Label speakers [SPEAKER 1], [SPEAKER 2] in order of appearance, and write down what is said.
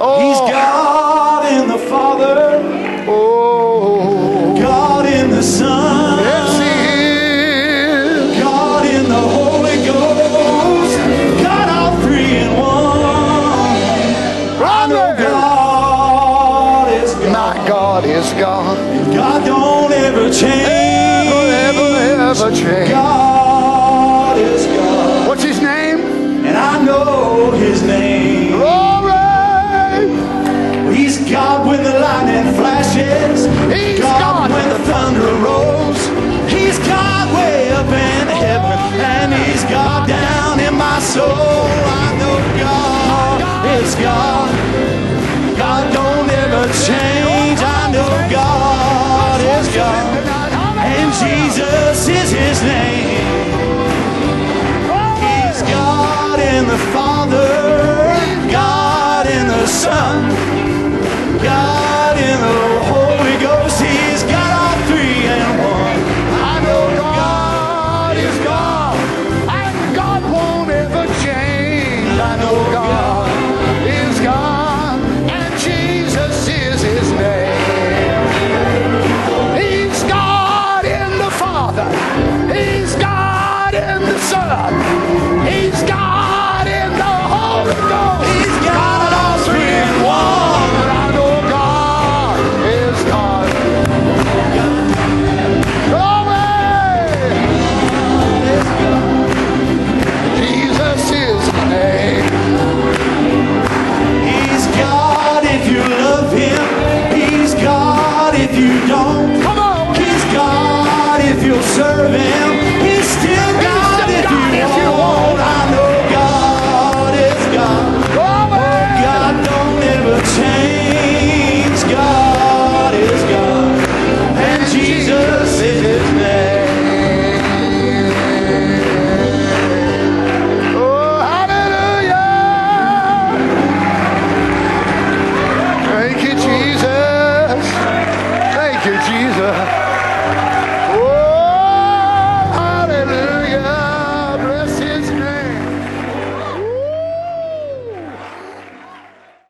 [SPEAKER 1] Oh.
[SPEAKER 2] He's God in the Father,
[SPEAKER 1] Oh.
[SPEAKER 2] God in the Son,
[SPEAKER 1] Yes, he is.
[SPEAKER 2] God in the Holy Ghost, God all three in one.
[SPEAKER 1] Brother.
[SPEAKER 2] God is
[SPEAKER 1] My God
[SPEAKER 2] God.
[SPEAKER 1] is God.
[SPEAKER 2] God don't ever change.
[SPEAKER 1] Ever, ever, ever change.
[SPEAKER 2] God is God.
[SPEAKER 1] What's his name?
[SPEAKER 2] And I know his name.
[SPEAKER 1] Glory.
[SPEAKER 2] He's God when the lightning flashes.
[SPEAKER 1] He's God.
[SPEAKER 2] when the thunder rolls. He's God way up in heaven. And he's God down in my soul. I know God is God. God don't ever change. I know God is God. And Jesus is his name. He's God in the Father, God in the Son, God in the Holy Ghost. He's got all three in one. I know God is God.
[SPEAKER 1] And God won't ever change.
[SPEAKER 2] I know God.
[SPEAKER 1] is God, and Jesus is his name. He's God in the Father, He's God in the Son, He's God in the Holy Ghost.
[SPEAKER 2] He's got it all three in one.
[SPEAKER 1] I know God is God. Glory! Jesus is his name.
[SPEAKER 2] He's God if you love Him. He's God if you don't.